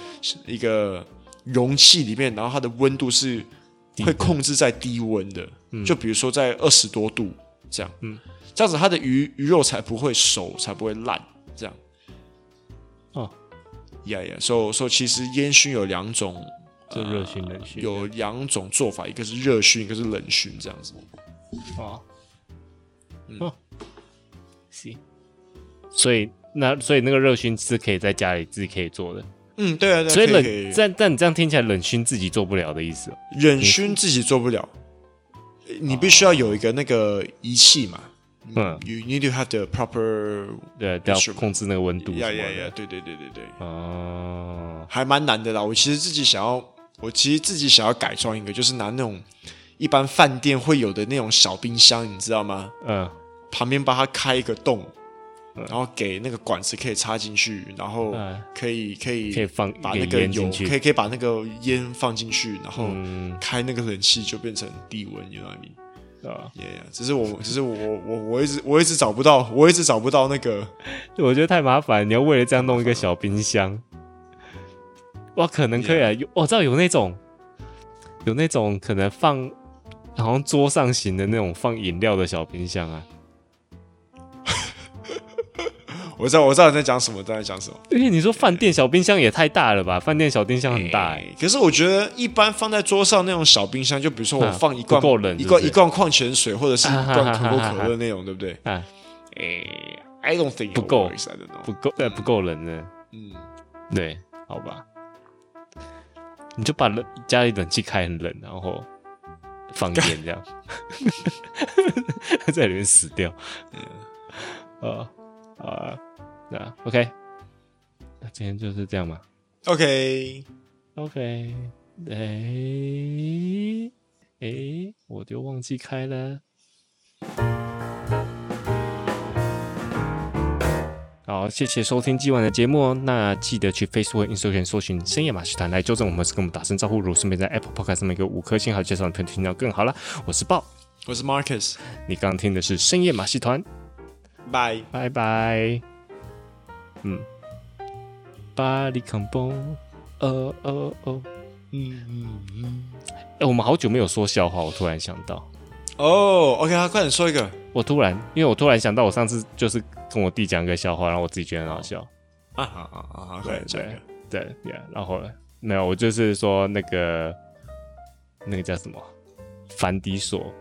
一个容器里面，然后它的温度是会控制在低温的，嗯就比如说在二十多度这样，嗯，这样子它的鱼鱼肉才不会熟，才不会烂，这样。哦呀呀，所以所以其实烟熏有两种就热熏冷熏有两种做法，一个是热熏，一个是冷熏，这样子。啊哦，哦，行，所以那所以那个热熏是可以在家里自己可以做的，嗯，对啊，对啊所以可冷可以但但你这样听起来冷熏自己做不了的意思哦、忍熏自己做不了，你必须要有一个那个仪器嘛。哦嗯， You need to have the proper 对，啊要是控制那个温度什呀么呀呀，的。对对对对对，哦，还蛮难的啦。我其实自己想要，我其实自己想要改装一个，就是拿那种一般饭店会有的那种小冰箱，你知道吗？嗯，旁边帮它开一个洞，然后给那个管子可以插进去，然后嗯可以可以可以放把一那点个烟油进可去。嗯以可以把那个烟放进去，然后开那个冷气就变成低温，you know what I mean？啊， Yeah, yeah，只是我，只是我，我我我一直我一直找不到，我一直找不到那个，我觉得太麻烦，你要为了这样弄一个小冰箱。哇，可能可以啊，有我知道有那种，有那种可能放，好像桌上型的那种放饮料的小冰箱啊。我知道我知道你在讲什么，在讲什么。而且你说饭店小冰箱也太大了吧？饭店小冰箱很大、欸，哎可是我觉得一般放在桌上那种小冰箱，就比如说我啊放一罐、不够冷一是不是罐一罐矿泉水或者 [LAUGHS] 是一啊哈罐可哈口哈可乐那种，对不 [LAUGHS] 对？啊，哎、i don't think it 不够 works, I don't know. 不够，呃，不够冷呢。嗯，对，好吧，你就把冷家里冷气开很冷，然后放烟这样， [LAUGHS] 在里面死掉。呃啊，那 OK，那今天就是这样嘛。 OK， OK，诶诶，哎我就忘记开了。好，谢谢收听今晚的节目哦。那记得去 Facebook、Instagram 搜寻“深夜马戏团”来纠正我们，是跟我们打声招呼。如果顺便在 Apple Podcast 上面给我五颗星，还有介绍你朋友听到更好啦。我是豹，我是 Marcus，你刚刚听的是深夜马戏团，拜。拜拜。嗯，巴黎康崩，呃呃呃。嗯嗯嗯。哎、我们好久没有说笑话，我突然想到，哦、o k 啊，快点说一个我突然，因为我突然想到，我上次就是跟我弟讲一个笑话，然后我自己觉得很好笑。啊啊啊啊啊！快点讲一个。对，yeah, 然后呢，没有，我就是说那个那个叫什么凡迪索，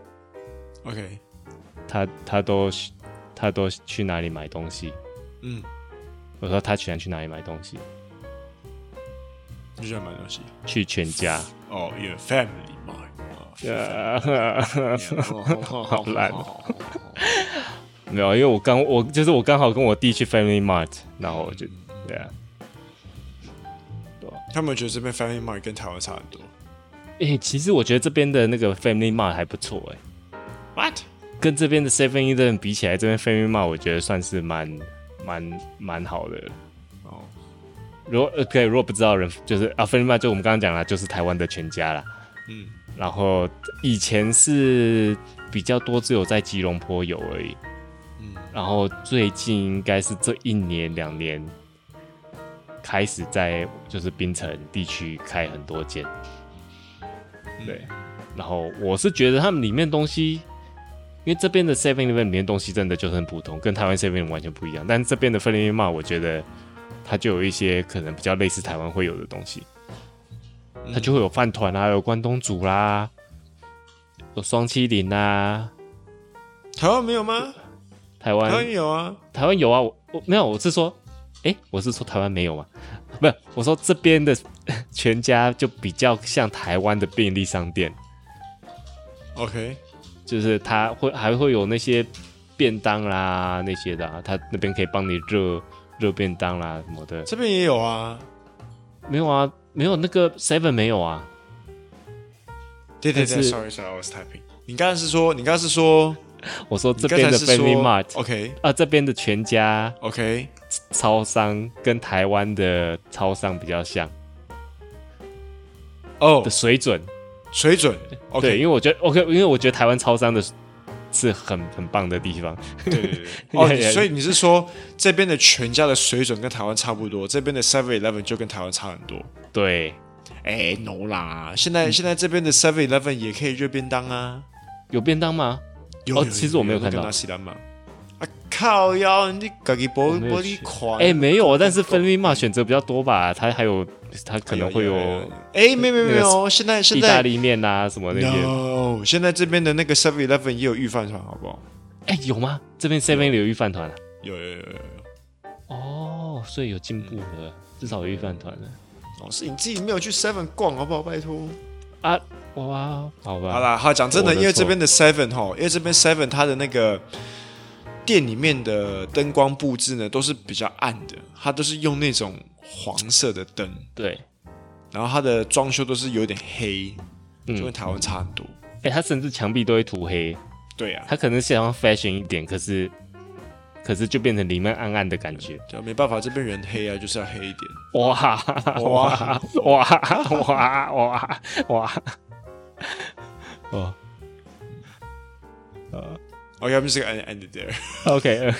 OK，他他都他都去哪里买东西？嗯，我说他喜欢去哪里买东西？你喜欢买东西？去全家。哦、y o u r family mine 啊。好 [LAUGHS] 好烂哦 [LAUGHS] 没有，因为我刚我就是我刚好跟我弟去 Family Mart，然后我就嗯对啊，他们觉得这边 Family Mart 跟台湾差很多。哎、其实我觉得这边的那个 Family Mart 还不错哎、 What？跟这边的 Seven Eleven 比起来，这边 Family Mart 我觉得算是蛮蛮蛮好的。哦，如果 OK，如果不知道的人就是啊，Family Mart 就我们刚刚讲了，就是台湾的全家啦。嗯，然后以前是比较多，只有在吉隆坡有而已。嗯然后最近应该是这一年两年开始在就是槟城地区开很多间，嗯对。然后我是觉得他们里面东西，因为这边的 Seven Eleven 里面东西真的就是很普通，跟台湾 Seven 完全不一样。但这边的 Family Mart 我觉得它就有一些可能比较类似台湾会有的东西，嗯它就会有饭团啊，有关东煮啦、有双七零啊，台湾没有吗？台台湾湾有啊，台湾有啊，我我没有，我是说，诶，我是说台湾没有吗？ [LAUGHS] 不是，我说这边的 [LAUGHS] 全家就比较像台湾的便利商店， OK，就是它会还会有那些便当啦那些的、啊，它那边可以帮你热热便当啦什么的。这边也有啊。没有啊，没有那个 Seven 没有啊，对对但对是，sorry sorry，I was typing。你刚才是说，你刚才是说，我说这你刚才边的是说 Family Mart OK 啊，这边的全家 OK，超商跟台湾的超商比较像哦的，水准。水准对，因 OK，为我觉得 OK，因为我觉得台湾超商的是是很很棒的地方，对对对。哦，对你所以你是说这边的全家的水准跟台湾差不多，这边的 Seven Eleven 就跟台湾差很多。对，哎，no 啦，现在现在这边的 Seven Eleven 也可以热便当啊。有便当吗？有哦有其实我没有看到那个纳西兰嘛。啊靠腰，你自己玻我没有玻璃去款。哎、没有，但是分密码选择比较多吧，它还有它可能会有哎，没有没有没那有，现在现意大在利面啊什么那些， no，现在这边的那个 Seven Eleven 也有预饭团，好不好？哎、有吗？这边 Seven 有预饭团啊，有有有有有。哦，所以有进步了，至少有预饭团了哦，是你自己没有去 Seven 逛，好不好？拜托。啊，哇，好吧，嗯好啦，好讲真的，啊我的因为错这边的 Seven 哈，因为这边 Seven 它的那个店里面的灯光布置呢，都是比较暗的，它都是用那种黄色的灯，对，然后它的装修都是有点黑，嗯就跟台湾差很多。哎、它甚至墙壁都会涂黑，对啊，它可能想要 fashion 一点，可是可是就变成里面暗暗的感觉。就没办法，这边人黑啊，就是要黑一点。哇哇哇哇哇哇！哦呃 OK，I'm just gonna end it there。 ，OK，